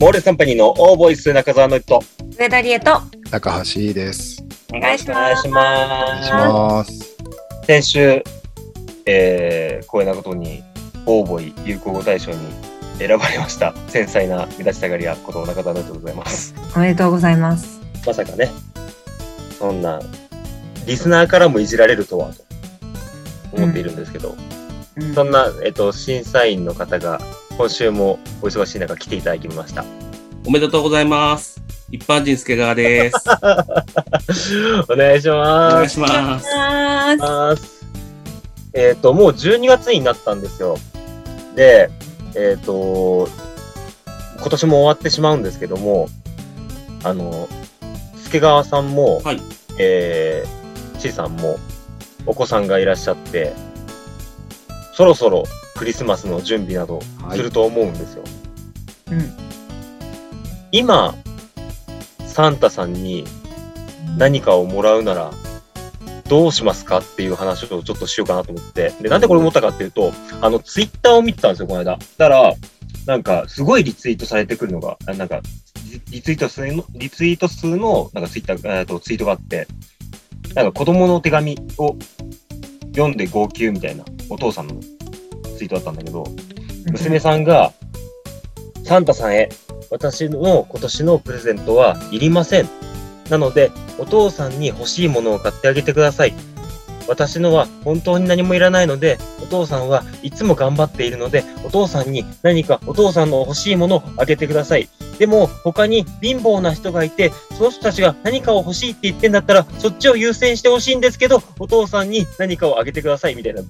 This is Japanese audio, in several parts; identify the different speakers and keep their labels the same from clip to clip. Speaker 1: モーレスカンパニーのオーボイス中澤の人、
Speaker 2: 上田理恵と
Speaker 3: 高橋です。
Speaker 2: お願いします。
Speaker 1: お願
Speaker 3: お願
Speaker 1: い
Speaker 3: い
Speaker 1: し
Speaker 3: し
Speaker 1: ま
Speaker 3: ます。
Speaker 1: す。先週、えー、光栄なことに、オーボイ有効語大賞に選ばれました。繊細な目立ちたがり屋こと中澤の人でございます。
Speaker 2: おめでとうございます。
Speaker 1: まさかね、そんな、リスナーからもいじられるとは、と思っているんですけど、
Speaker 2: うん
Speaker 1: そんな、えっと、審査員の方が、今週もお忙しい中来ていただきました。
Speaker 4: おめでとうございます。一般人助川です。
Speaker 1: お願いし
Speaker 4: お
Speaker 1: ます
Speaker 4: 願い。します。
Speaker 2: あー
Speaker 1: ます。えっ、と、もう12月になったんですよ。で、えっ、と、今年も終わってしまうんですけども、あの、助川さんも、
Speaker 4: はい
Speaker 1: えー、ちいさんも、お子さんがいらっしゃって、そろそろクリスマスの準備など
Speaker 3: はい
Speaker 1: すると思うんですよ。
Speaker 2: うん
Speaker 1: 今、サンタさんに何かをもらうなら、どうしますかっていう話をちょっとしようかなと思って。で、なんでこれ思ったかっていうと、あの、ツイッターを見てたんですよ、この間。したら、なんか、すごいリツイートされてくるのが、あなんか、リリツイート数の、リツイート数の、なんかツイッター、えーと、ツイートがあって、なんか子供の手紙を読んで号泣みたいな、お父さんのツイートだったんだけど、娘さんが、サンタさんへ、私の今年のプレゼントはいりません。なので、お父さんに欲しいものを買ってあげてください。私のは本当に何もいらないので、お父さんはいつも頑張っているので、お父さんに何かお父さんの欲しいものをあげてください。でも、他に貧乏な人がいて、その人たちが何かを欲しいって言ってんだったら、そっちを優先してほしいんですけど、お父さんに何かをあげてください、みたいな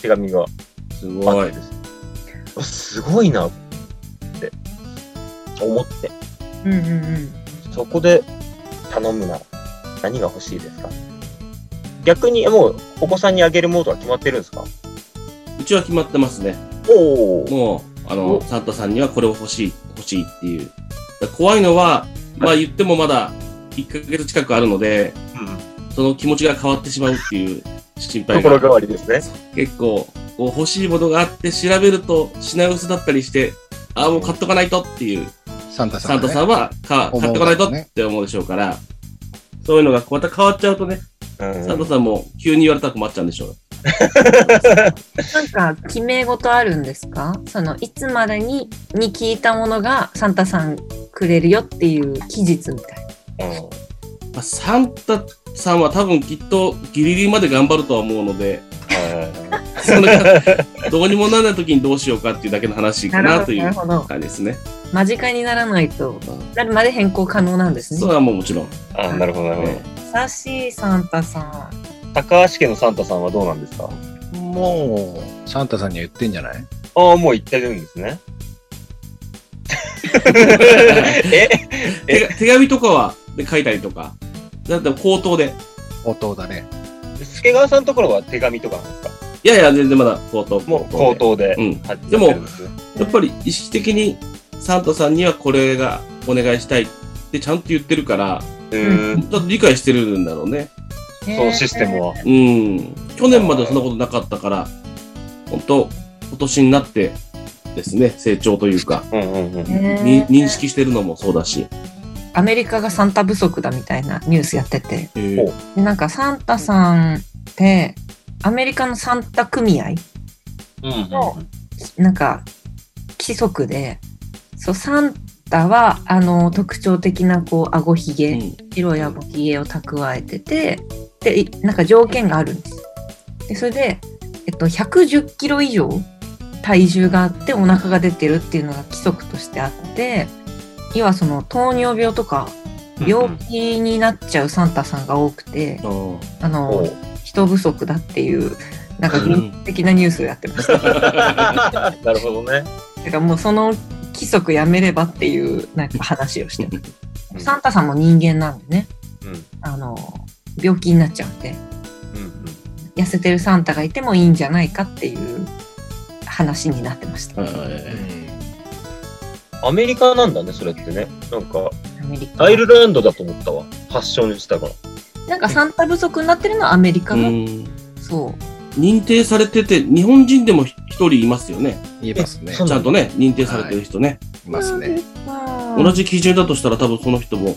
Speaker 1: 手紙が
Speaker 4: す
Speaker 1: あ
Speaker 4: ご
Speaker 1: った
Speaker 4: い
Speaker 1: ん。です。あすごいなって思って、
Speaker 2: うんうんうん。
Speaker 1: そこで頼むなら何が欲しいですか逆にもうお子さんにあげるものとは決まってるんですか
Speaker 4: うちは決まってますね。
Speaker 1: おー
Speaker 4: もう、あ
Speaker 1: お
Speaker 4: の、サンタさんにはこれを欲しい、欲しいっていう。だから怖いのは、まあ言ってもまだ1ヶ月近くあるので、その気持ちが変わってしまうっていう心配
Speaker 1: 心変
Speaker 4: が
Speaker 1: わりですね。
Speaker 4: 結構、こう欲しいものがあって調べると品薄だったりして、ああ、もう買っとかないとっていう
Speaker 3: サンタさ
Speaker 4: サ
Speaker 3: ん
Speaker 4: ン
Speaker 3: が
Speaker 4: タ
Speaker 3: ね、
Speaker 4: さんはか買ってこないと
Speaker 3: 思うんだよね
Speaker 4: って思うでしょうから、そういうのがまた変わっちゃうと
Speaker 1: う
Speaker 4: ね、
Speaker 1: ん
Speaker 4: サンタさんも急に言われたら困っちゃうんでしょう。
Speaker 2: なんか決め事あるんですか？そのいつまでにに聞いたものがサンタさんくれるよっていう期日みたいな。
Speaker 1: う
Speaker 4: まあサンタさんは多分きっとギリギリまで頑張るとは思うので、
Speaker 1: んはい
Speaker 4: それがどうにもならない時にどうしようかっていうだけの話かなとい
Speaker 2: なる
Speaker 4: う
Speaker 2: ほど。
Speaker 4: 感じですね。
Speaker 2: 間近にならないと
Speaker 4: うん
Speaker 2: なるまで変更可能なんです
Speaker 4: そ
Speaker 2: ね
Speaker 4: れ。はもうもちろん。
Speaker 1: あなるほど、なるほど。
Speaker 2: 優しいサンタさ
Speaker 1: 高橋家のサンタさんはどうなんですか
Speaker 3: もう、サンタさんには言ってんじゃない
Speaker 1: ああ、もう言ってるんですね。 え
Speaker 4: 手が手紙とかはで書いたりとか、だって口頭で。
Speaker 3: 音だね。
Speaker 1: 助川さんのところは手紙とかなんですか
Speaker 4: いやいや、全然まだ口頭。
Speaker 1: もう口頭で。
Speaker 4: で。うん。
Speaker 1: はい
Speaker 4: でも
Speaker 1: やってるんすね
Speaker 4: やっぱり意識的にサンタさんにはこれがお願いしたいってちゃんと言ってるから、
Speaker 1: う
Speaker 2: う
Speaker 1: ーん
Speaker 4: ちょっと理解してるんだろうね。
Speaker 2: ん。へー
Speaker 1: そのシステム。は。
Speaker 4: うん。去年まではそんなことなかったから、本当今年になってですね、成長というか、
Speaker 1: うんうんうん。
Speaker 2: へー
Speaker 4: に認識してるのもそうだし。
Speaker 2: アメリカがサンタ不足だみたいなニュースやってて。
Speaker 1: ほう
Speaker 4: え
Speaker 2: でなんかサンタさんってアメリカのサンタ組合
Speaker 1: うんうん
Speaker 2: なんか規則でそうサンタはあの特徴的なこう顎ひげ、
Speaker 4: うん
Speaker 2: 白い顎ひげを蓄えててでいなんか条件があるんですでそれで、えっと、110キロ以上体重があってお腹が出てるっていうのが規則としてあって要はその糖尿病とか病気になっちゃうサンタさんが多くて、
Speaker 4: あー
Speaker 2: あの
Speaker 1: お
Speaker 2: 人不足だっていう、なんか
Speaker 4: うん
Speaker 2: 現実的なニュースをやってました。
Speaker 1: なるほどね。
Speaker 2: てかもうその規則やめればっていうなんか話をしてま
Speaker 1: う
Speaker 2: すサンタ さんも人間なんでね、
Speaker 1: うん
Speaker 2: あの、病気になっちゃうんで、
Speaker 1: うんうん
Speaker 2: 痩せてるサンタがいてもいいんじゃないかっていう話になってました。
Speaker 4: はい
Speaker 1: アメリカなんだね、それってね。なんか、
Speaker 2: アメリカ
Speaker 1: アイルランドだと思ったわ。発祥にしたから。
Speaker 2: なんかサンタ不足になってるのはアメリカ
Speaker 4: う
Speaker 2: が、
Speaker 4: ん
Speaker 2: そ
Speaker 4: 認定されてて、日本人でも一人いますよね。
Speaker 3: 言えますね。
Speaker 1: そう
Speaker 4: ちゃんとね、認定されてる人ね。
Speaker 3: いますね。
Speaker 2: う。まあうん
Speaker 4: 同じ基準だとしたら多分その人も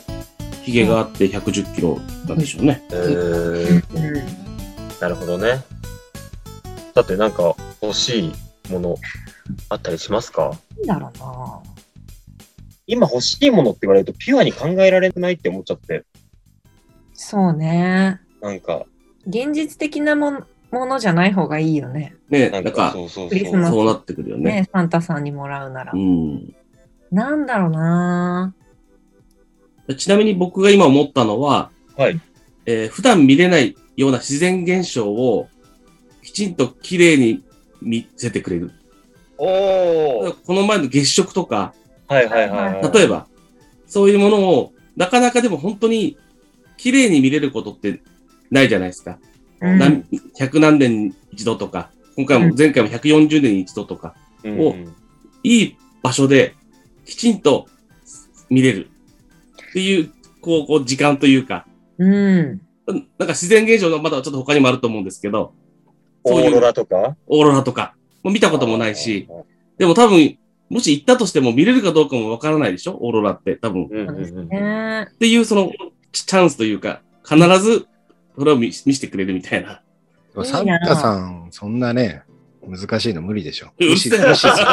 Speaker 4: ヒゲがあって110キロなんでしょうね。
Speaker 1: えー、なるほどね。だってなんか欲しいものあったりしますか
Speaker 2: なんだろうな
Speaker 1: 今欲しいものって言われるとピュアに考えられないって思っちゃって、
Speaker 2: そうね。
Speaker 1: なんか、
Speaker 2: 現実的なものものじゃない方がいいよね。
Speaker 4: ね、
Speaker 1: な
Speaker 4: なん
Speaker 1: んか、
Speaker 4: か
Speaker 1: そうそう
Speaker 2: クリス
Speaker 1: そ
Speaker 2: マ
Speaker 1: う。
Speaker 2: ス
Speaker 4: そうなってくるよね。
Speaker 2: ね、サンタさんにもらうなら
Speaker 4: う。ん、
Speaker 2: なんだろうな
Speaker 4: ちなみに僕が今思ったのは、
Speaker 1: はい。
Speaker 4: えー普段見れないような自然現象をきちんと綺麗に見せてくれる。
Speaker 1: おー
Speaker 4: この前の月食とか、
Speaker 1: はいはいはいはい。
Speaker 4: 例
Speaker 1: え
Speaker 4: えば、そういうものを、なかなかでも本当に綺麗に見れることってないじゃないですか。
Speaker 2: うん
Speaker 4: 何100何年に一度とか、今回
Speaker 2: う
Speaker 4: も前回も140年に一度とか、
Speaker 1: ば、うんうん
Speaker 4: いい場所できちんと見れるっていう、こう、こう時間というか、
Speaker 2: うん。
Speaker 4: なんか自然現象のまだちょっと他にもあると思うんですけど、
Speaker 1: オ
Speaker 4: そう
Speaker 1: ー
Speaker 4: い
Speaker 1: ロ
Speaker 4: う
Speaker 1: ラとか
Speaker 4: オーロラとか、もう見たこともないし、、でも多分、もし行ったとしても見れるかどうかもわからないでしょオーロラって多分。
Speaker 1: うんうん
Speaker 2: そうです
Speaker 1: うん
Speaker 2: ね。
Speaker 4: っていうそのチチャンスというか、必ずそれを見見せてくれるみたいな。
Speaker 3: でも
Speaker 2: いい
Speaker 3: サ
Speaker 2: な
Speaker 3: ンタさん、そんなね、難しいの無理でしょ。
Speaker 4: う
Speaker 3: 無
Speaker 4: る
Speaker 3: 視
Speaker 4: せえ。
Speaker 3: 無
Speaker 4: うる
Speaker 3: 視
Speaker 4: せ
Speaker 3: する。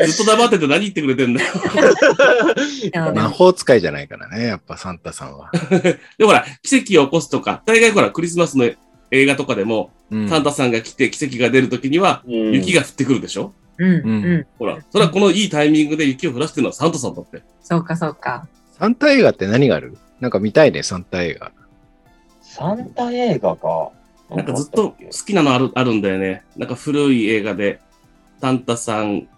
Speaker 4: えずっと黙ってて何言ってくれてんだよ。
Speaker 2: いやで
Speaker 3: 魔
Speaker 2: も
Speaker 3: 法使いじゃないからね、やっぱサンタさん は。
Speaker 4: で、ほら、奇跡を起こすとか、大概ほら、クリスマスの映画とかでも、
Speaker 3: うん
Speaker 4: サンタさんが来て奇跡が出るときには、
Speaker 1: うん
Speaker 4: 雪が降ってくるでしょ
Speaker 2: うん、
Speaker 3: うん
Speaker 2: うん。
Speaker 4: ほら、それはこのいいタイミングで雪を降らしてるのはサンタさんだって。
Speaker 2: そうか、そうか。
Speaker 3: サンタ映画って何があるなんか見たいね、サンタ映画。
Speaker 1: サンタ映画か。
Speaker 4: なんかずっと好きなのあるあるんだよね。なんか古い映画で、サンタさん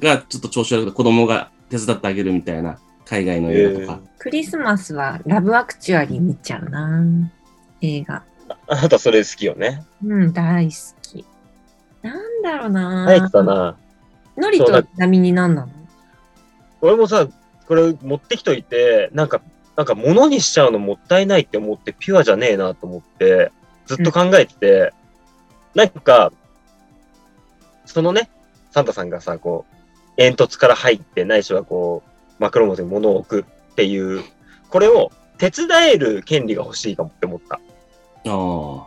Speaker 4: がちょっと調子悪くて子供が手伝ってあげるみたいな海外の映画とか。
Speaker 2: クリスマスはラブアクチュアリー見ちゃうな映画。
Speaker 1: あなたそれ好きよね。
Speaker 2: うん、大好き。なんだろうな
Speaker 1: 大好きだな。
Speaker 2: のりとなみに何なの
Speaker 1: 俺もさ、これ持ってきといて、なんか、なんか物にしちゃうのもったいないって思って、ピュアじゃねえなと思って、ずっと考えてて、なんか、そのね、サンタさんがさ、こう、煙突から入って、ないしはこう、枕元に物を置くっていう、これを手伝える権利が欲しいかもって思った。
Speaker 4: ああ。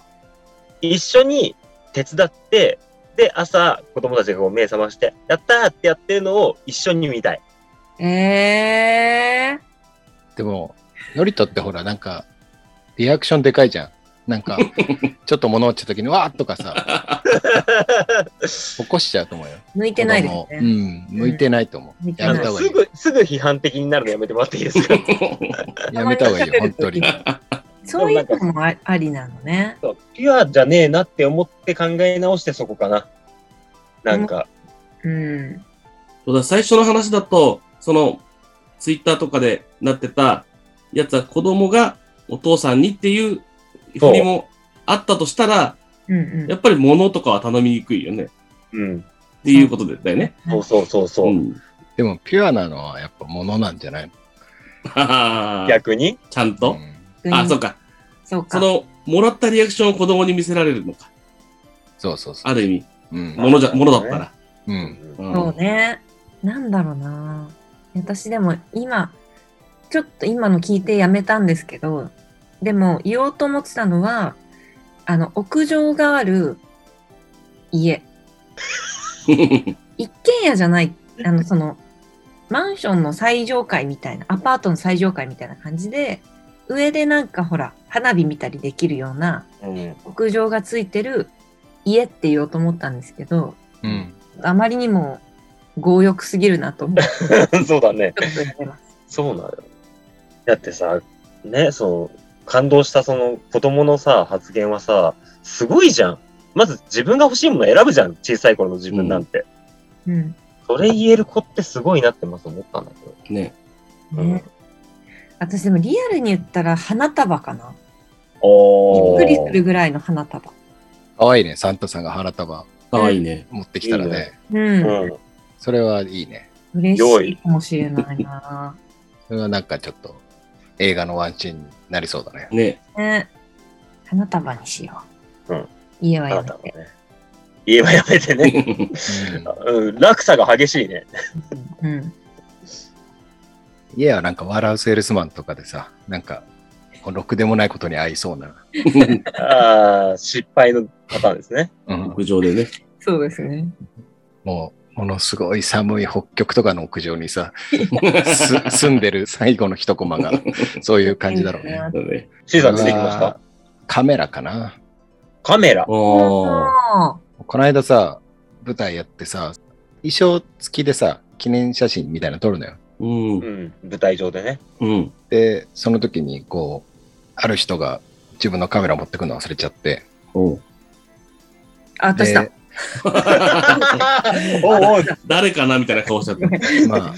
Speaker 1: 一緒に手伝って、で、朝、子供たちがこう目覚まして、やったーってやってるのを一緒に見たい。
Speaker 2: え
Speaker 3: でも、ノリトってほら、なんか、リアクションでかいじゃん。なん か、ちょっと物落ちた時に、わーっとかさ、起こしちゃうと思うよ。
Speaker 2: ー、向いてないです
Speaker 3: 子供
Speaker 2: ね。
Speaker 3: うん、向いてないと思う。
Speaker 2: 向いてな
Speaker 3: や
Speaker 2: い
Speaker 1: あ
Speaker 3: めた
Speaker 1: の
Speaker 3: 方がい
Speaker 1: すぐ、すぐ批判的になるのやめてもらっていいです か
Speaker 3: い。やめた方がいいよ、本当に。
Speaker 2: そういうのもあありなのね。
Speaker 1: そうピュアじゃねえなって思って考え直してそこかな。なんか、
Speaker 2: うん。
Speaker 4: そうだ最初の話だと、その、ツイッターとかでなってたやつは子供がお父さんにっていう
Speaker 1: そう
Speaker 4: 振りもあったとしたら、
Speaker 2: うん
Speaker 4: やっぱり物とかは頼みにくいよね。っ
Speaker 1: うん。
Speaker 4: ていうことだよね。
Speaker 1: そうそうそうそうう、
Speaker 4: ん。
Speaker 3: でも、ピュアなのはやっぱ物なんじゃないの
Speaker 4: はは
Speaker 1: 逆に。
Speaker 4: ちゃんと
Speaker 3: う。ん
Speaker 2: うん。
Speaker 4: あ、そうか。
Speaker 2: そうか。
Speaker 4: その、もらったリアクションを子供に見せられるのか。
Speaker 3: そうそうそう。
Speaker 4: ある意味、
Speaker 3: うん
Speaker 1: あ
Speaker 4: 物じゃ、物だったら。
Speaker 3: う。
Speaker 1: うん
Speaker 4: うん
Speaker 2: そうね。なんだろうな。私でも今、ちょっと今の聞いてやめたんですけど、でも言おうと思ってたのは、あの、屋上がある家。 一軒家じゃない、あの、その、マンションの最上階みたいな、アパートの最上階みたいな感じで、上でなんかほら、花火見たりできるような
Speaker 1: うん
Speaker 2: 屋上がついてる家って言おうと思ったんですけど、
Speaker 3: うん。
Speaker 2: あまりにも強欲すぎるなと思っ て
Speaker 1: そうだね。
Speaker 2: ちょっとやめます。
Speaker 1: そうなのよ。だってさ、ね、そう、感動したその子供のさ、発言はさ、すごいじゃん。まず自分が欲しいもの選ぶじゃん。小さい頃の自分なんて。
Speaker 2: うん。
Speaker 1: それ言える子ってすごいなってまず思ったんだけど。
Speaker 4: ね。
Speaker 1: うん
Speaker 2: ね。私でもリアルに言ったら花束かな。び
Speaker 1: お
Speaker 2: っくりするぐらいの花束。
Speaker 3: かわいいね、サンタさんが花束
Speaker 4: かわいいね。
Speaker 3: 持ってきたら
Speaker 1: いい
Speaker 3: ね。
Speaker 2: うん。
Speaker 1: うん。
Speaker 3: それはいいね。
Speaker 2: 嬉
Speaker 1: 良
Speaker 2: しい
Speaker 1: い
Speaker 2: かもしれないな。
Speaker 3: それはなんかちょっと、映画のワンシーンになりそうだね。
Speaker 4: ね。
Speaker 2: ね。花束にしよう。
Speaker 1: うん
Speaker 2: 家は
Speaker 1: あ
Speaker 2: や
Speaker 1: な
Speaker 2: め
Speaker 1: たも
Speaker 2: て。
Speaker 1: ね。言えばやめてね。うん、落差が激しいね。
Speaker 2: うん。
Speaker 3: 家はなんか笑うセールスマンとかでさ、なんか、こうろくでもないことに合いそうな。
Speaker 1: ああ、失敗のパターンですね。
Speaker 3: うん、
Speaker 4: 屋上でね。
Speaker 2: そうですね。
Speaker 3: もう、ものすごい寒い北極とかの屋上にさ、す住んでる最後の一コマが、そういう感じだろうね。
Speaker 4: だね。
Speaker 1: シーさん出てきまし
Speaker 3: う
Speaker 1: た。
Speaker 3: わーカメラかな。
Speaker 1: カメラ。
Speaker 4: ああ。
Speaker 2: あ
Speaker 3: この間さ、舞台やってさ、衣装付きでさ、記念写真みたいなの撮るのよ。
Speaker 4: うん
Speaker 1: う。ん、舞台上でね。
Speaker 4: うん。
Speaker 3: で、その時に、こう、ある人が自分のカメラ持ってくの忘れちゃって。
Speaker 4: おう
Speaker 2: あ、私だ
Speaker 3: で。、
Speaker 1: おうおう
Speaker 4: 誰かなみたいな顔しち ゃった。
Speaker 3: まあ、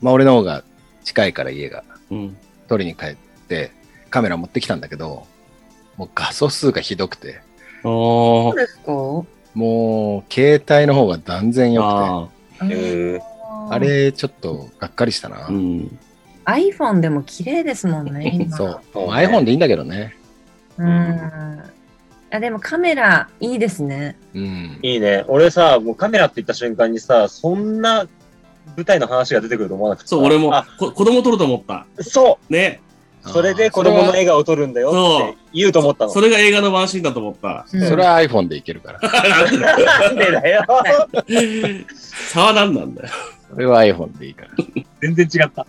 Speaker 3: まあ俺の方が近いから家が、
Speaker 4: うん。
Speaker 3: 取りに帰って、カメラ持ってきたんだけど、もう画素数がひどくて、
Speaker 4: あ
Speaker 2: そうですか
Speaker 3: もう、携帯の方が断然良くて、あ
Speaker 4: あ。
Speaker 1: えー
Speaker 2: あー
Speaker 3: れ、ちょっとがっかりしたな。
Speaker 4: あうん。
Speaker 2: iPhone でも綺麗ですもんね、今。
Speaker 3: そう。もう
Speaker 1: そうね
Speaker 3: iPhone でいいんだけどね。
Speaker 2: うん。あでもカメラいいですね。
Speaker 3: うん。
Speaker 1: いいね。俺さ、もうカメラって言った瞬間にさ、そんな舞台の話が出てくると思わなくて。
Speaker 4: そう、俺も
Speaker 1: あ、
Speaker 4: こ子供撮ると思った。
Speaker 1: そ
Speaker 4: ね。
Speaker 1: うそれで子供の
Speaker 3: あー
Speaker 1: 笑顔を撮るんだよって言うと思ったの。
Speaker 4: それが映画のワンシーンだと思った。
Speaker 3: それはそれは iPhone でいけるから。
Speaker 1: なんでだよ。
Speaker 4: 差は何なんだよ。
Speaker 3: それは iPhone でいいから。
Speaker 1: 全然違った。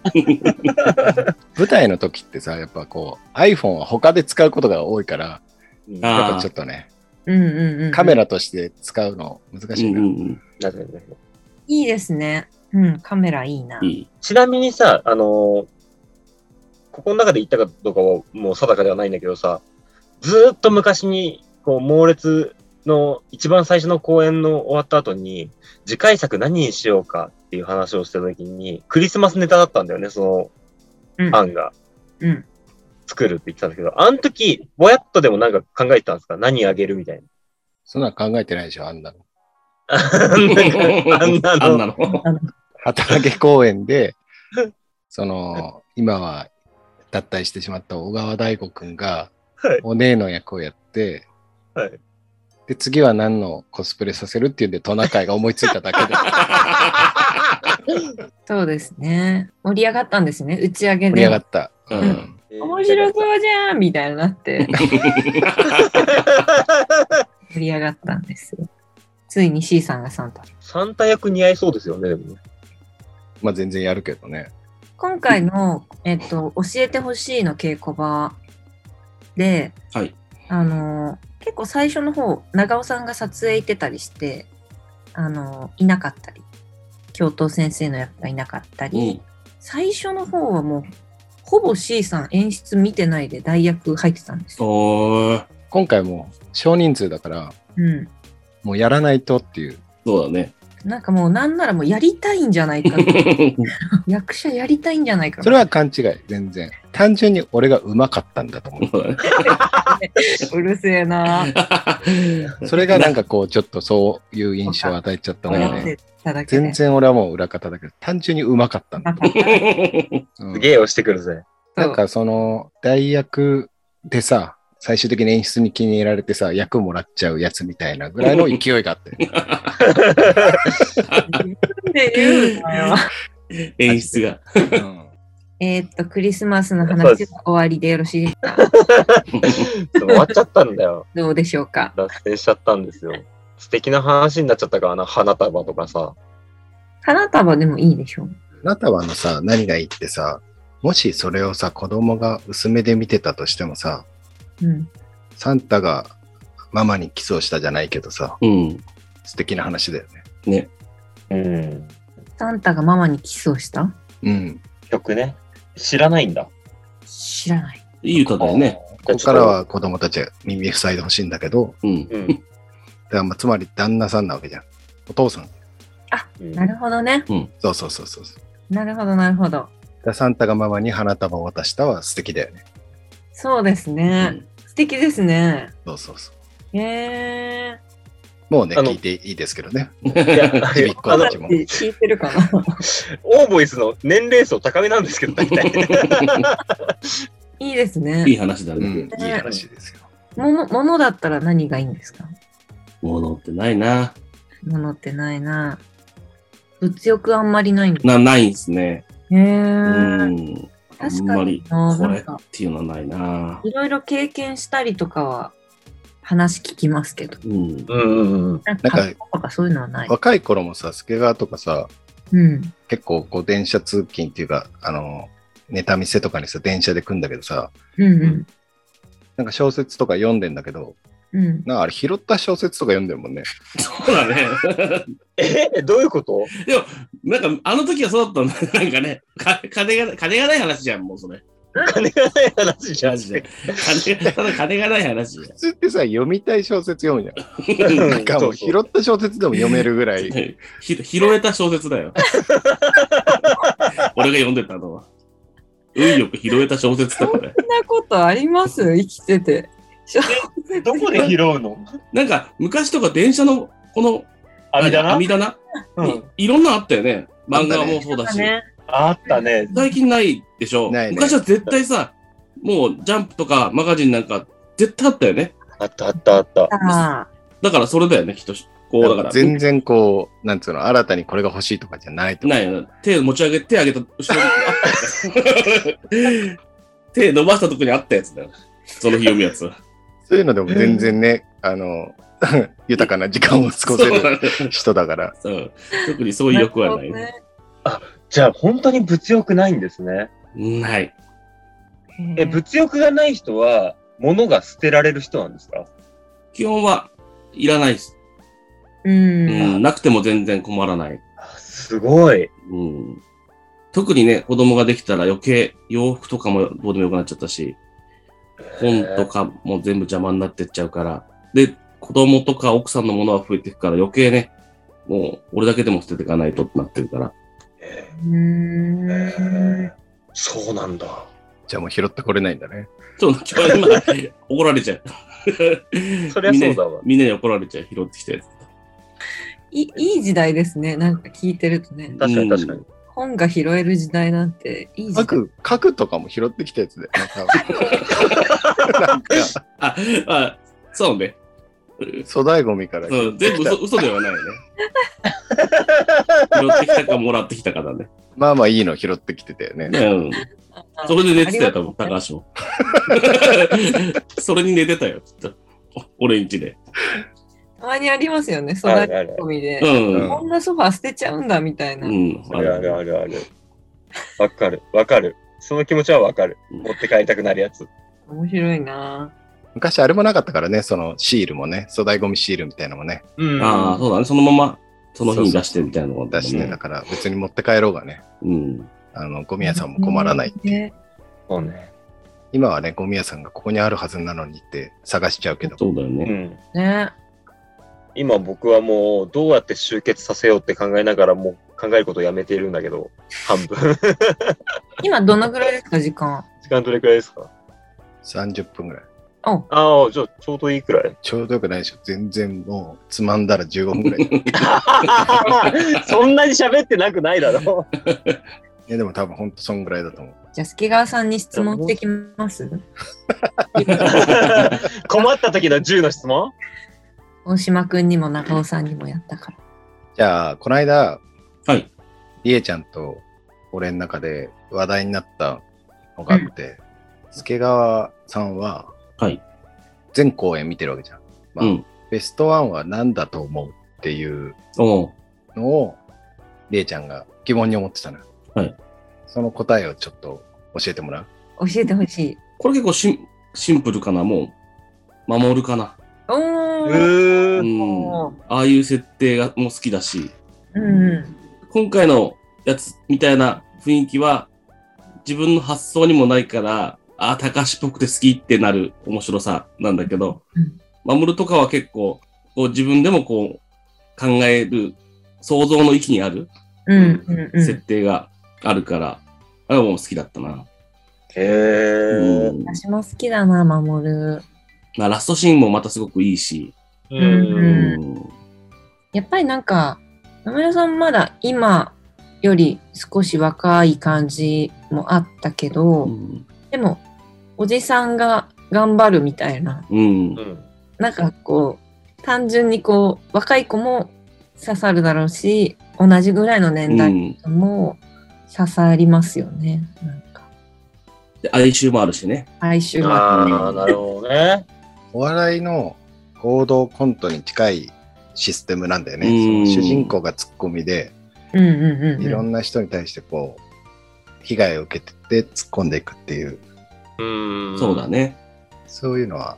Speaker 3: 舞台の時ってさ、やっぱこう、iPhone は他で使うことが多いから、
Speaker 4: あー
Speaker 3: やっぱちょっとね、
Speaker 2: うんうんうん。
Speaker 3: カメラとして使うの難
Speaker 4: う
Speaker 3: しい
Speaker 4: んう
Speaker 3: な。
Speaker 4: ん
Speaker 1: なるほどね
Speaker 2: いいですね。うん、カメラいいな
Speaker 4: うん。。いい。
Speaker 1: ちなみにさ、あのーここの中で言ったかどうかはもう定かではないんだけどさ、ずーっと昔に、こう、猛烈の一番最初の公演の終わった後に、次回作何にしようかっていう話をしてた時に、クリスマスネタだったんだよね、そ
Speaker 2: うん
Speaker 1: の案が。
Speaker 2: うん。
Speaker 1: 作るって言ってたんだけど、あの時、ぼやっとでもなんか考えてたんですか何あげるみたいな。
Speaker 3: そんなの考えてないでしょ、あんなの。
Speaker 1: あんなの
Speaker 4: あんなの。
Speaker 3: 働け公演 で、その、今は脱退してしまった小川大吾くんが
Speaker 1: はい、
Speaker 3: お姉の役をやって、
Speaker 1: はい。
Speaker 3: で、次は何のコスプレさせるっていうんで、トナカイが思いついただけで
Speaker 2: そうですね。盛り上がったんですね、打ち上げ
Speaker 3: 盛り上が
Speaker 2: で。
Speaker 3: った。
Speaker 4: うん
Speaker 3: うん
Speaker 2: 面白そうじゃんみたいになって、盛り上がったんですよ。ついに C さんがサンタ。
Speaker 1: サンタ役似合いそうですよね、でもね。
Speaker 3: まあ全然やるけどね。
Speaker 2: 今回の、えっと、教えてほしいの稽古場で、
Speaker 4: はい
Speaker 2: あの、結構最初の方、長尾さんが撮影行ってたりして、あの、いなかったり、教頭先生の役がいなかった
Speaker 4: う
Speaker 2: り、
Speaker 4: ん。
Speaker 2: 最初の方はもう、ほぼ C さん演出見てないで代役入ってたんですよ。
Speaker 4: おー。
Speaker 3: 今回も少人数だから、
Speaker 2: うん。
Speaker 3: もうやらないとっていう。
Speaker 4: そうだね。
Speaker 2: なんかもうなんならもうやりたいんじゃないかな 役者やりたいんじゃないか
Speaker 3: それ
Speaker 2: な
Speaker 3: は勘違い、全然。単純に俺がうまかったんだと思
Speaker 4: そうだね。
Speaker 2: うるせえな
Speaker 3: う。それがなんかこう、ちょっとそういう印象を与えちゃったの
Speaker 2: 思
Speaker 3: よ
Speaker 2: っ
Speaker 3: ね。
Speaker 2: てただけで
Speaker 3: 全然俺はもう裏方だけど、単純にうまかったんだ。うん
Speaker 1: すげえ押してくるぜ。
Speaker 3: なんかその代役でさ、最終的に演出に気に入られてさ、役もらっちゃうやつみたいなぐらいの勢いがあって、
Speaker 2: そうで言うのよ
Speaker 4: 演出が。
Speaker 3: うん
Speaker 2: えーっとクリスマスの
Speaker 1: そう
Speaker 2: 話
Speaker 1: です
Speaker 2: は終わりでよろしいですか
Speaker 1: でも終わっちゃったんだ よ。
Speaker 2: どうでしょうか
Speaker 1: 脱線しちゃったんですよ。素敵な話になっちゃったからな、花束とかさ。
Speaker 2: 花束でもいいでしょう
Speaker 3: あなたはあのさ、何がいいってさ、もしそれをさ、子供が薄めで見てたとしてもさ、
Speaker 2: うん
Speaker 3: サンタがママにキスをしたじゃないけどさ、
Speaker 4: うん。
Speaker 3: 素敵な話だよね。
Speaker 1: うん。
Speaker 2: サンタがママにキスをした
Speaker 3: うん。
Speaker 1: 曲ね。知らないんだ。
Speaker 2: 知らない
Speaker 4: いい歌だよね。
Speaker 1: こ
Speaker 3: ここから。は子供たちは耳塞いでほしいんだけど、
Speaker 4: うん。
Speaker 1: うん。
Speaker 3: だからまあつまり旦那さんなわけじゃん。お父さん。
Speaker 1: うん
Speaker 2: なるほどね
Speaker 3: そうそうそうそう。だか
Speaker 2: なるほどなるほど
Speaker 3: らサンタがママに花束を渡したは素敵だよね。
Speaker 2: そうですね、素敵ですね
Speaker 3: そうそうそう。
Speaker 2: へえ
Speaker 3: もうね、
Speaker 1: あの
Speaker 3: 聞いていいですけどね。
Speaker 1: いやあ
Speaker 3: ちびっ子
Speaker 1: の
Speaker 3: たちも。
Speaker 2: ー聞いてるかな
Speaker 1: オーボイスの年齢層高めなんですけど、大体。
Speaker 2: いいですね
Speaker 4: いい話だ
Speaker 3: う
Speaker 4: ね。
Speaker 3: ん、いい話ですよ。
Speaker 2: ものものだったら何がいいんですか
Speaker 4: 物ってないな。
Speaker 2: ものってないな物欲あんまりないんだ
Speaker 4: な、ないんすね。
Speaker 2: ねえ、
Speaker 4: うん。あ
Speaker 2: 確
Speaker 4: ん
Speaker 2: か
Speaker 4: ま
Speaker 2: に
Speaker 4: り
Speaker 2: な
Speaker 4: こ
Speaker 2: な
Speaker 4: れ
Speaker 2: ん
Speaker 4: っ
Speaker 2: か
Speaker 4: ていうのはないない
Speaker 2: ろいろ経験したりとかは話聞きますけど、
Speaker 4: う ん。
Speaker 1: うんうんうん。
Speaker 2: なんか
Speaker 3: なんか
Speaker 2: 格好とかそういうのはない。
Speaker 3: 若い頃もさ、助川とかさ、
Speaker 2: うん。
Speaker 3: 結構こう電車通勤っていうか、あの、ネタ見せとかにさ、電車で来んだけどさ、
Speaker 2: うんうん。
Speaker 3: なんか小説とか読んでんだけど、
Speaker 2: うん、
Speaker 3: なんかあれ拾った小説とか読んでるもんね。
Speaker 4: そうだね。
Speaker 1: えどういうこと
Speaker 4: なんか、あの時はそうだ ったんだ。なんかね、か金が、金がない話じゃん、もうそれ。
Speaker 1: 金がない話じゃ
Speaker 4: マ
Speaker 1: ん。
Speaker 4: ジで。金が、ただ金がない話じゃん
Speaker 3: 普通ってさ、読みたい小説読むじゃん。
Speaker 1: うん
Speaker 3: なんかもう拾
Speaker 1: そう
Speaker 3: った小説でも読めるぐらい。
Speaker 4: ひ拾えた小説だ よ。俺が読んでたのは。運よく拾えた小説だったね。
Speaker 2: そんなことあります生きてて。
Speaker 1: そうどこで拾うの
Speaker 4: なんか、昔とか電車の、この、
Speaker 1: あれだな。
Speaker 4: 網棚
Speaker 1: うん
Speaker 4: いいろんなあったよね。漫画もそう
Speaker 2: そう
Speaker 4: だ
Speaker 2: だ
Speaker 4: し。
Speaker 2: ね。
Speaker 1: あったね。
Speaker 4: 最近ないでしょ。
Speaker 3: ないね
Speaker 4: 昔は絶対さ、もうジャンプとかマガジンなんか絶対あったよね。
Speaker 1: あったあったあった。
Speaker 2: あ
Speaker 4: だからそれだよね、きっと。こう、だから。
Speaker 3: 全然こう、なんつうの、新たにこれが欲しいとかじゃないと
Speaker 4: ないよね。手持ち上げ、手上げた、後ろにあったよね手伸ばしたとこにあったやつだよ。その日読むやつは。
Speaker 3: そういうのでも全然ね、あの、 豊かな時間を過ごせ
Speaker 4: そう
Speaker 3: る
Speaker 4: だね
Speaker 3: 人だから。
Speaker 4: そう特にそ
Speaker 2: あ
Speaker 4: ういう欲はない。
Speaker 2: るほどね
Speaker 1: じゃあ本当に物欲ないんですね。
Speaker 4: ない。
Speaker 1: え、物欲がない人は物が捨てられる人なんですか
Speaker 4: 基本はいらないです。
Speaker 2: う。
Speaker 4: うんん、なくても全然困らない。
Speaker 1: あすごい。
Speaker 4: うん。特にね、子供ができたら余計洋服とかもどうでもよくなっちゃったし、本とかも全部邪魔になってっちゃうから。で、子供とか奥さんのものは増えていくから余計ね、もう俺だけでも捨てていかないとってなってるから。
Speaker 1: え
Speaker 2: う
Speaker 1: ー
Speaker 2: ーん。
Speaker 1: そうなんだ。
Speaker 3: じゃあもう拾ってこれないんだね。
Speaker 4: ちょっとちょっと今怒られちゃう。
Speaker 1: そりゃそうだわ
Speaker 4: みんなみんなに怒られちゃう、拾ってきたやつ。
Speaker 2: いいい時代ですね。なんか聞いてるとね。
Speaker 1: 確かに確かに。
Speaker 2: 本が拾える時代なんていい時
Speaker 3: 書
Speaker 2: 代。
Speaker 3: く、書くとかも拾ってきたやつで、なんか、
Speaker 4: あ、あ、そうね。
Speaker 3: 粗大ゴミから拾
Speaker 4: う
Speaker 3: っ
Speaker 4: ん、
Speaker 3: て
Speaker 4: 全
Speaker 3: き
Speaker 4: 部
Speaker 3: た
Speaker 4: 嘘嘘ではないよね。 拾ってきたかもらってきたかだね。
Speaker 3: まあまあいいの拾ってきてたよね。
Speaker 4: うん。それで寝てたよ、多分、
Speaker 2: あり
Speaker 4: 高橋も。 それに寝てたよ、きっと。俺んちで。
Speaker 2: たまにありますよね。そ
Speaker 1: あ
Speaker 2: ら
Speaker 1: るある
Speaker 2: 込みで
Speaker 4: う。ん。
Speaker 2: こんなソファー捨てちゃうんだみたいな。
Speaker 4: うん。
Speaker 1: あるあるあるある。わかるわかる。その気持ちはわかる。持って帰りたくなるやつ。
Speaker 2: 面白いな。
Speaker 3: 昔あれもなかったからね、そのシールもね、粗大ゴミシールみたいなのもね、
Speaker 1: うん
Speaker 4: ああ、そうだね。そのまま、その日に出してみたいなのがあっ
Speaker 3: 出
Speaker 4: たもん
Speaker 3: し
Speaker 4: ね
Speaker 3: てたから、別に持って帰ろうがね、
Speaker 4: うん。
Speaker 3: あの、ゴミ屋さんも困らないっていう。
Speaker 2: ね
Speaker 1: そうね。
Speaker 3: 今はね、ゴミ屋さんがここにあるはずなのにって探しちゃうけど、
Speaker 4: そうだよ
Speaker 1: う
Speaker 4: ね。
Speaker 1: ん。
Speaker 2: ね。
Speaker 1: 今僕はもうどうやって集結させようって考えながらもう考えることをやめているんだけど、半分。
Speaker 2: 今どのぐらいですか、時間。
Speaker 1: 時間どれくらいですか
Speaker 3: 30分ぐらい。
Speaker 2: お
Speaker 1: ああ、じゃあちょうどいいくらい。
Speaker 3: ちょうどよくないでしょ。全然もう、つまんだら15分ぐらい。い
Speaker 1: そんなに喋ってなくないだ ろ。
Speaker 3: や、でも多分ほんとそんぐらいだと思う。
Speaker 2: じゃあ、助川さんに質問してきます。
Speaker 1: 困った時の10の質問
Speaker 2: 大島くんにも中尾さんにもやったから。
Speaker 3: じゃあ、この間、
Speaker 4: はい。
Speaker 3: りえちゃんと俺の中で話題になったのがあって、助川さんは
Speaker 4: はい。
Speaker 3: 全公演見てるわけじゃん。まあ
Speaker 4: うん。
Speaker 3: ベストワンは何だと思うっていう
Speaker 4: おう
Speaker 3: のを、りえちゃんが疑問に思ってたのよ。
Speaker 4: はい
Speaker 3: その答えをちょっと教えてもらう。
Speaker 2: 教えてほしい。
Speaker 4: これ結構シンシンプルかな、もう。守るかな。
Speaker 2: お
Speaker 1: う
Speaker 2: ー。
Speaker 4: う
Speaker 1: ーん。
Speaker 4: ん。ああいう設定がもう好きだし。
Speaker 2: うんうん。
Speaker 4: 今回のやつみたいな雰囲気は、自分の発想にもないから、ああ、高橋っぽくて好きってなる面白さなんだけど、
Speaker 2: うん
Speaker 4: 守るとかは結構、こう自分でもこう、考える、想像の域にある
Speaker 2: うんうんう
Speaker 4: 設
Speaker 2: ん。
Speaker 4: 定があるから、あれはもう好きだったな。
Speaker 1: へー。
Speaker 4: うん
Speaker 2: 私も好きだな、守る。
Speaker 4: まあ、ラストシーンもまたすごくいいし、
Speaker 1: う
Speaker 2: うん
Speaker 1: ん。
Speaker 2: やっぱりなんか、野村さんまだ今より少し若い感じもあったけど、
Speaker 4: うん
Speaker 2: でも、おじさんが頑張るみたいな、
Speaker 4: うん
Speaker 1: う、ん。
Speaker 2: なんかこう、単純にこう、若い子も刺さるだろうし、同じぐらいの
Speaker 4: う
Speaker 2: 年代
Speaker 4: ん
Speaker 2: の人も刺さりますよね。なんか
Speaker 4: で、哀愁もあるしね。
Speaker 2: 哀愁があってね
Speaker 1: ああ、なるほどね。
Speaker 3: お笑いの合同コントに近いシステムなんだよね。
Speaker 4: うん
Speaker 3: その主人公がツッコミで、
Speaker 2: うんうんうんうん。
Speaker 3: いろんな人に対してこう、被害を受けてって突っ込んでいくっていう、
Speaker 1: うん。
Speaker 4: そうだね。
Speaker 3: そういうのは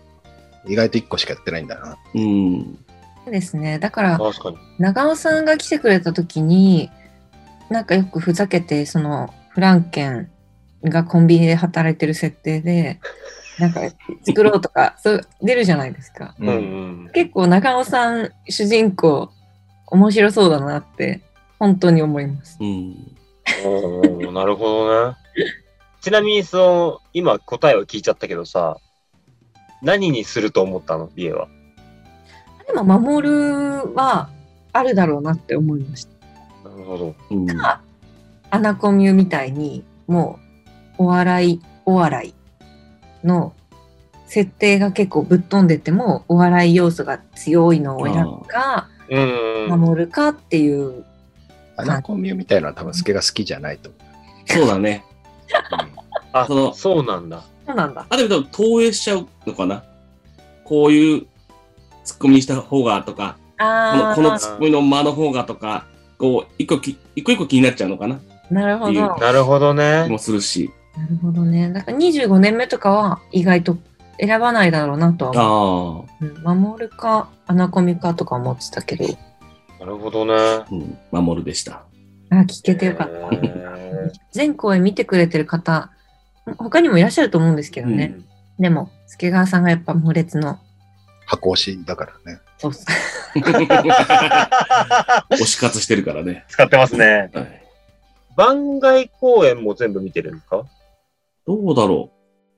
Speaker 3: 意外と一個しかやってないんだな。
Speaker 4: うん。
Speaker 2: そうですね。だから、
Speaker 1: 確かに。
Speaker 2: 長尾さんが来てくれた時に、なんかよくふざけて、その、フランケンがコンビニで働いてる設定で、なんか作ろうとか、そう出るじゃないですか。
Speaker 1: うんうん。
Speaker 2: 結構長尾さん、主人公、面白そうだなって、本当に思います。
Speaker 4: うん。
Speaker 1: おーなるほどね。ちなみに、その、今答えを聞いちゃったけどさ、何にすると思ったの家は。
Speaker 2: でも、守るは、あるだろうなって思いました。
Speaker 1: なるほど。
Speaker 4: うん。
Speaker 2: アナコミュみたいに、もう、お笑い、お笑いの設定が結構ぶっ飛んでても、お笑い要素が強いのを選ぶか、
Speaker 1: うんうん。
Speaker 2: 守るかっていう、
Speaker 3: アナコミュみたいなのは多分スケが好きじゃないと思う。
Speaker 4: そうだね。
Speaker 1: あ
Speaker 4: その、
Speaker 1: そうなんだ。
Speaker 2: そうなんだ。
Speaker 4: あ、でも多分投影しちゃうのかな。こういうツッコミにした方がとか、こ
Speaker 2: あ
Speaker 4: のこのツッコミの間の方がとか、こう、一個き一個一個気になっちゃうのかな。
Speaker 2: あ、なるほど。
Speaker 4: いう
Speaker 2: な
Speaker 1: なるほどね
Speaker 4: 気。もするし。
Speaker 2: るほどね。だから25年目とかは意外と選ばないだろうなとは思う。
Speaker 4: ああ。
Speaker 2: うん守るか、アナコミかとか思ってたけど、
Speaker 1: なるほどね。
Speaker 4: うん。守るで した。
Speaker 2: あ、聞けてよかった。
Speaker 1: へ
Speaker 2: 全公演見てくれてる方、他にもいらっしゃると思うんですけど
Speaker 1: ー
Speaker 2: ね。でも、助川さんがやっぱ猛烈の、
Speaker 3: 箱推しだからね。
Speaker 2: そうっす
Speaker 4: 推し活してるからね。
Speaker 1: 使ってますね。
Speaker 4: はい、
Speaker 1: 番外公演も全部見てるんですか
Speaker 4: どうだろ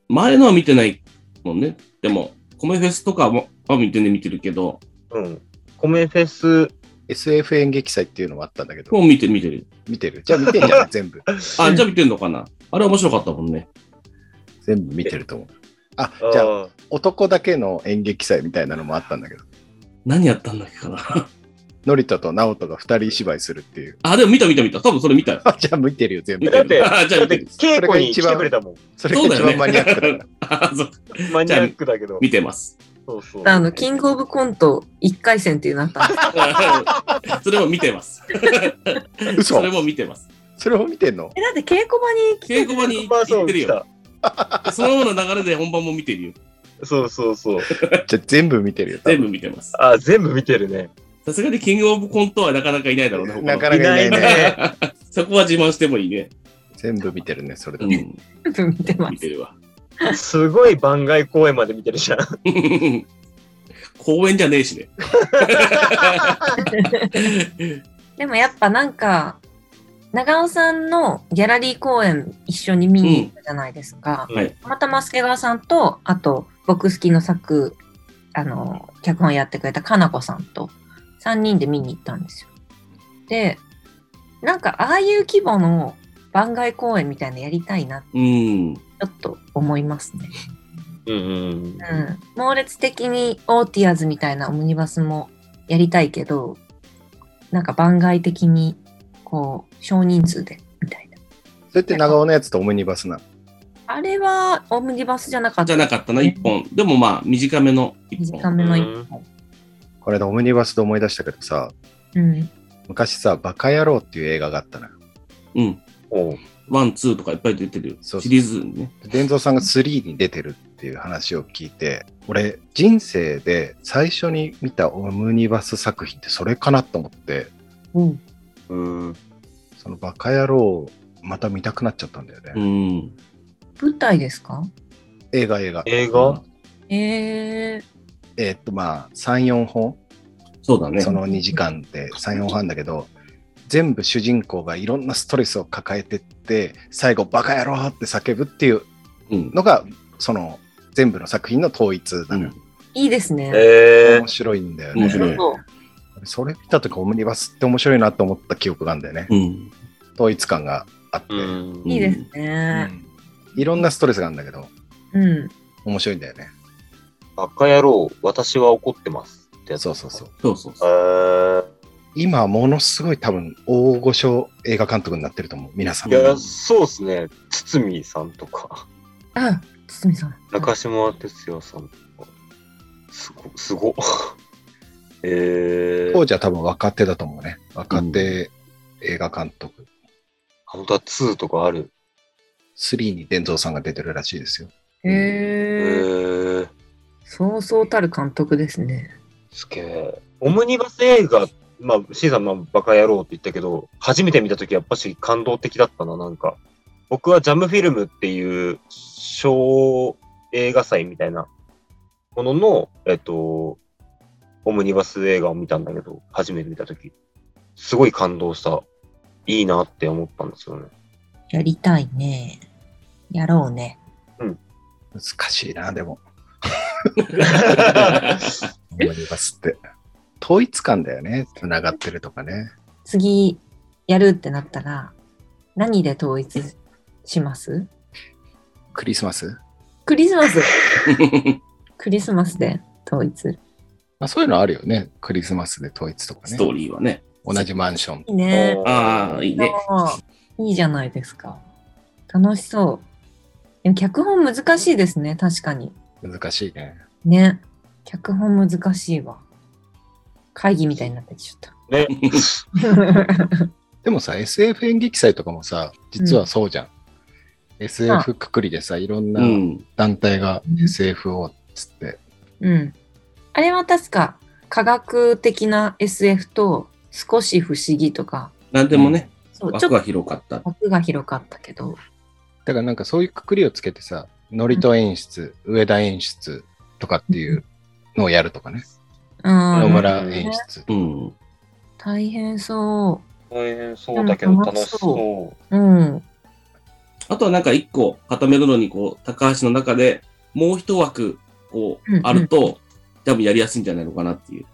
Speaker 4: う。前のは見てないもんね。でも、コメフェスとかはは見てね、見てるけど、
Speaker 1: うん。コメフェス、
Speaker 3: SF 演劇祭っていうのもあったんだけど
Speaker 4: 今、日見て、見てる。
Speaker 3: 見てるじゃあ見てんじゃない全部。
Speaker 4: あ、じゃあ見てんのかな。あれ面白かったもんね。
Speaker 3: 全部見てると思う。あ、
Speaker 1: あ
Speaker 3: じゃあ
Speaker 1: ー
Speaker 3: 男だけの演劇祭みたいなのもあったんだけど、
Speaker 4: 何やったんだっけかな。
Speaker 3: のりとと直人が二人芝居するっていう。
Speaker 4: あ、でも見た見た見た。多分それ見たよ。
Speaker 3: あじゃあ見てるよ、全
Speaker 4: 見
Speaker 3: 部
Speaker 4: て。
Speaker 1: だっ
Speaker 4: る。
Speaker 1: て
Speaker 4: あ、じゃあ
Speaker 1: だっ
Speaker 4: 見
Speaker 1: て
Speaker 4: てる。
Speaker 1: 稽古に来てくれたもん。
Speaker 3: それ
Speaker 4: そ
Speaker 3: が
Speaker 4: うだ
Speaker 3: 一
Speaker 4: よね。
Speaker 3: 番マニアックだから。
Speaker 4: あそう
Speaker 1: マニアックだけど。
Speaker 4: 見てます。
Speaker 1: そうそう。
Speaker 2: あの、キングオブコント1回戦っていうのあったんです
Speaker 4: それも見てます。
Speaker 3: 嘘
Speaker 4: それも見てます。
Speaker 3: それを見てんの
Speaker 2: え、だって稽古場に来て
Speaker 4: 稽古場に行ってる
Speaker 1: 来
Speaker 4: よ。
Speaker 1: た。
Speaker 4: そのままの流れで本番も見 てるよ。
Speaker 1: そうそうそう。
Speaker 3: じゃあ全部見てるよ。多
Speaker 4: 全
Speaker 3: 分
Speaker 4: 部見てます。
Speaker 1: あ、全部見てるね。
Speaker 4: さすがにキングオブコントはなかなかいないだろうね。
Speaker 3: なか
Speaker 1: い
Speaker 3: なか
Speaker 1: ないい
Speaker 3: ないね。
Speaker 1: ね。
Speaker 4: そこは自慢してもいいね。
Speaker 3: 全部見てるね、それだ
Speaker 4: う
Speaker 3: と。
Speaker 4: ん。
Speaker 2: 全部見てま
Speaker 4: 見
Speaker 2: す
Speaker 4: て。るわ。
Speaker 1: すごい番外公演まで見てるじゃん。
Speaker 4: 公園じゃねえしね。
Speaker 2: でもやっぱなんか、長尾さんのギャラリー公演一緒に見に行ったじゃないですか。
Speaker 4: はい
Speaker 2: たまたま助川さんと、あと、僕好きの作、あの、脚本やってくれたかなこさんと、3人で見に行ったんですよ。で、なんかああいう規模の番外公演みたいなのやりたいなって
Speaker 4: うん。
Speaker 2: ちょっと思いますね。
Speaker 1: うんうん
Speaker 2: うん。猛烈的にオーティアーズみたいなオムニバスもやりたいけど、なんか番外的に、こう、少人数で、みたいな。
Speaker 3: それって長尾のやつとオムニバスなの。
Speaker 2: あれはオムニバスじゃなかった。
Speaker 4: じゃなかったな、一本。でもまあ、短めの一
Speaker 2: 短
Speaker 4: 本。
Speaker 2: めの一本。
Speaker 3: これでオムニバスで思い出したけどさ、
Speaker 2: うん。
Speaker 3: 昔さ、バカ野郎っていう映画があったな。
Speaker 4: うん。
Speaker 1: おう
Speaker 4: ワン、ツーとかいっぱい出てるよ。
Speaker 3: そう
Speaker 4: シリーズね。
Speaker 3: 伝蔵さんが3に出てるっていう話を聞いて、俺、人生で最初に見たオムニバス作品ってそれかなと思って、
Speaker 2: うん。
Speaker 1: うん。
Speaker 3: そのバカ野郎、また見たくなっちゃったんだよね。
Speaker 4: うん。
Speaker 2: 舞台ですか
Speaker 3: 映画映画。
Speaker 1: 映画
Speaker 2: ええ
Speaker 3: えーっと、まあ、3、4本、
Speaker 4: そうだね。
Speaker 3: その2時間で3、4本半だけど、全部主人公がいろんなストレスを抱えてって、最後、バカ野郎って叫ぶっていう
Speaker 4: うん。
Speaker 3: のが、その、全部の作品の統一
Speaker 4: う
Speaker 3: だ、
Speaker 4: ん
Speaker 2: いいですね。
Speaker 1: え
Speaker 3: 面白いんだよね。
Speaker 4: 面白い
Speaker 2: そう
Speaker 3: それ見た時オムニバスって面白いなと思った記憶があるんだよね。
Speaker 4: うん。
Speaker 3: 統一感があって、
Speaker 1: ー。うん。
Speaker 2: いいです
Speaker 3: う
Speaker 2: ね。
Speaker 3: んいろんなストレスがあるんだけど、
Speaker 2: うん。
Speaker 3: 面白いんだよね。
Speaker 1: バカ野郎、私は怒ってます。ってやつ。
Speaker 3: そうそうそう。
Speaker 4: そうそう
Speaker 1: え
Speaker 4: そう。
Speaker 1: ー。
Speaker 3: 今、ものすごい多分、大御所映画監督になってると思う。皆さん。
Speaker 1: いや、そうですね。堤さんとか、
Speaker 2: あ、堤さん。
Speaker 1: 中島哲也さんとか、すご、すご。 えー
Speaker 3: 当、時は多分若手だと思うね。若手映画監督。
Speaker 1: 本当は2とかある。
Speaker 3: 3に伝蔵さんが出てるらしいですよ。
Speaker 1: え
Speaker 2: へえ。
Speaker 1: ー、
Speaker 2: そうそうたる監督ですね。
Speaker 1: すげえ。オムニバス映画、まあ、シーさん、まあ、バカ野郎って言ったけど、初めて見たときやっぱし感動的だったな、なんか。僕はジャムフィルムっていう小映画祭みたいなものの、えっと、オムニバス映画を見たんだけど、初めて見たとき、すごい感動した。いいなって思ったんですよね。
Speaker 2: やりたいね。やろうね。
Speaker 3: 難しいな、でも。オムニバスって。統一感だよね。繋がってるとかね。
Speaker 2: 次、やるってなったら、何で統一します
Speaker 3: クリスマス、
Speaker 2: クリスマスクリスマスで統一。
Speaker 3: まあ、そういうのあるよね。クリスマスで統一とか
Speaker 4: ス
Speaker 3: ね。
Speaker 4: トーリーはね。
Speaker 3: 同じマンション。
Speaker 2: いい ね。
Speaker 4: ああ、いいね。
Speaker 2: いいじゃないですか。楽しそう。でも脚本難しいですね、確かに。
Speaker 3: 難しいね。
Speaker 2: ね。脚本難しいわ。会議みたいになってきちゃっ
Speaker 1: ね。
Speaker 2: た。
Speaker 3: でもさ、SF 演劇祭とかもさ、実はそうじゃん。SF くくりでさ、いろんな
Speaker 4: うん。
Speaker 3: 団体が
Speaker 2: うん
Speaker 3: SF をつって、
Speaker 2: うん。あれは確か科学的な SF と少し不思議とか、
Speaker 4: なんでもね、
Speaker 2: そうちょ
Speaker 4: 枠は
Speaker 2: っと
Speaker 4: 広かった。
Speaker 2: 枠が広かったけど、
Speaker 3: だからなんかそういうくくりをつけてさ、ノリと演出、上田演出とかっていうのをやるとかね。
Speaker 2: う
Speaker 3: 野
Speaker 2: ん、
Speaker 3: 村演出。
Speaker 4: うん。
Speaker 2: 大変そ
Speaker 1: 大変そうだけど楽しそう。
Speaker 2: う。うん。
Speaker 4: あとはなんか一個固めるのに、こう、高橋の中でもう一枠、こ
Speaker 2: うん
Speaker 4: う
Speaker 2: う、ん
Speaker 4: あると、多分やりやすいんじゃないのかなっていう。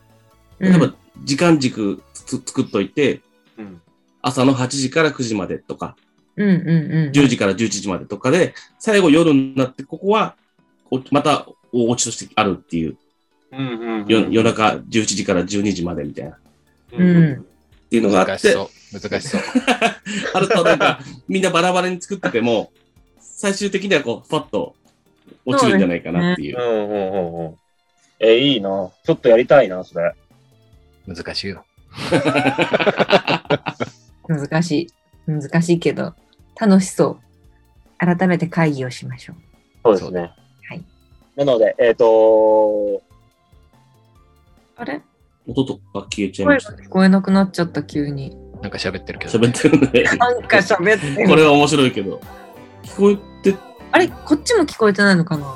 Speaker 4: 例えば、時間軸つつ作っといて、
Speaker 1: うん。
Speaker 4: 朝の8時から9時までとか、
Speaker 2: うんうんうん。
Speaker 4: 10時から11時までとかで、最後夜になって、ここは、おまた、お家としてあるっていう、
Speaker 1: うんうん
Speaker 4: よ夜中11時から12時までみたいな、っ
Speaker 2: うん
Speaker 4: ていうのがあ
Speaker 3: 難
Speaker 4: っ、
Speaker 3: してそう。難しそう。
Speaker 4: あるとなんか、みんなバラバラに作ってても、最終的にはこう、パッと落ちるんじゃないかなってい
Speaker 1: う
Speaker 4: う。
Speaker 1: んうんうんうん。え、いいな。ちょっとやりたいな、それ。
Speaker 3: 難しいよ。
Speaker 2: 難しい。難しいけど、楽しそう。改めて会議をしましょう。
Speaker 1: そう
Speaker 3: う
Speaker 1: で
Speaker 3: ですす
Speaker 1: ね。
Speaker 2: はい。
Speaker 1: なので、えっ、と
Speaker 2: あれ
Speaker 4: 音とか消え
Speaker 2: 声
Speaker 4: ちゃいま
Speaker 2: が
Speaker 4: したね
Speaker 2: 聞。こえなくなっちゃった、急に。
Speaker 3: なんか喋ってるけど。
Speaker 4: 喋ってるね。
Speaker 2: なんか喋って
Speaker 4: こ
Speaker 2: る。
Speaker 4: れは面白いけど。聞こえて
Speaker 2: あれこっちも聞こえてないのかな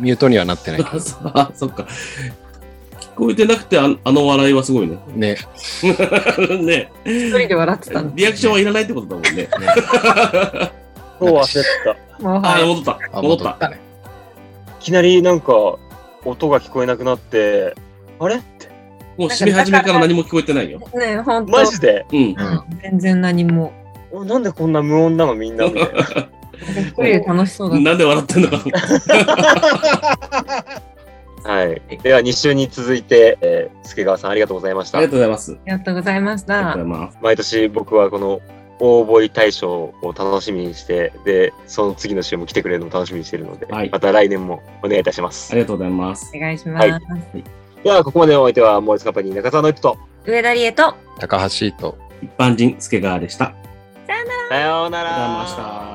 Speaker 3: ミュートにはなってないけ
Speaker 4: た、そあ、そっか。聞こえてなくてあ、あの笑いはすごいね。
Speaker 3: ど。ね。
Speaker 4: ね
Speaker 2: 一人で笑ってたの。
Speaker 4: リアクションはいらないってことだもんね。
Speaker 1: 今日焦った。
Speaker 2: もう
Speaker 4: あ
Speaker 2: は
Speaker 4: ー、
Speaker 2: い
Speaker 4: 戻った。
Speaker 3: あ
Speaker 4: 戻っ
Speaker 3: 戻
Speaker 4: た
Speaker 3: っ。たね。
Speaker 1: いきなりなんか、音が聞こえなくなって、あれ
Speaker 4: もう締め始めから何も聞こえてないよ。
Speaker 2: ねえ、ほんと。
Speaker 1: マジで
Speaker 4: うん。
Speaker 2: うん全然何も。
Speaker 1: おなんでこんな無音なのみんなみたい な。
Speaker 2: 一人で楽しそうだった。
Speaker 4: なんで笑ってんの か
Speaker 1: はい。では、2週に続いて、えー、助川さんありがとうございまし
Speaker 4: あ
Speaker 1: た
Speaker 4: りが。とうございます。
Speaker 2: ありがとうございまし
Speaker 4: ありが
Speaker 2: た
Speaker 4: と。うございます。
Speaker 1: 毎年僕はこの大堀大賞を楽しみにして、で、その次の週も来てくれるのを楽しみにしているので、
Speaker 4: はい
Speaker 1: また来年もお願いいたしま
Speaker 4: あ
Speaker 1: す。
Speaker 4: りがとうございます
Speaker 2: お。願いします。
Speaker 1: はでは、ここまでのお相手は、モーリスカンパニー中澤の一と。
Speaker 2: 上田理恵と。
Speaker 3: 高橋と
Speaker 4: 一般人、助川でした。あり
Speaker 1: さような
Speaker 4: がとうございま
Speaker 1: ら
Speaker 4: し。た。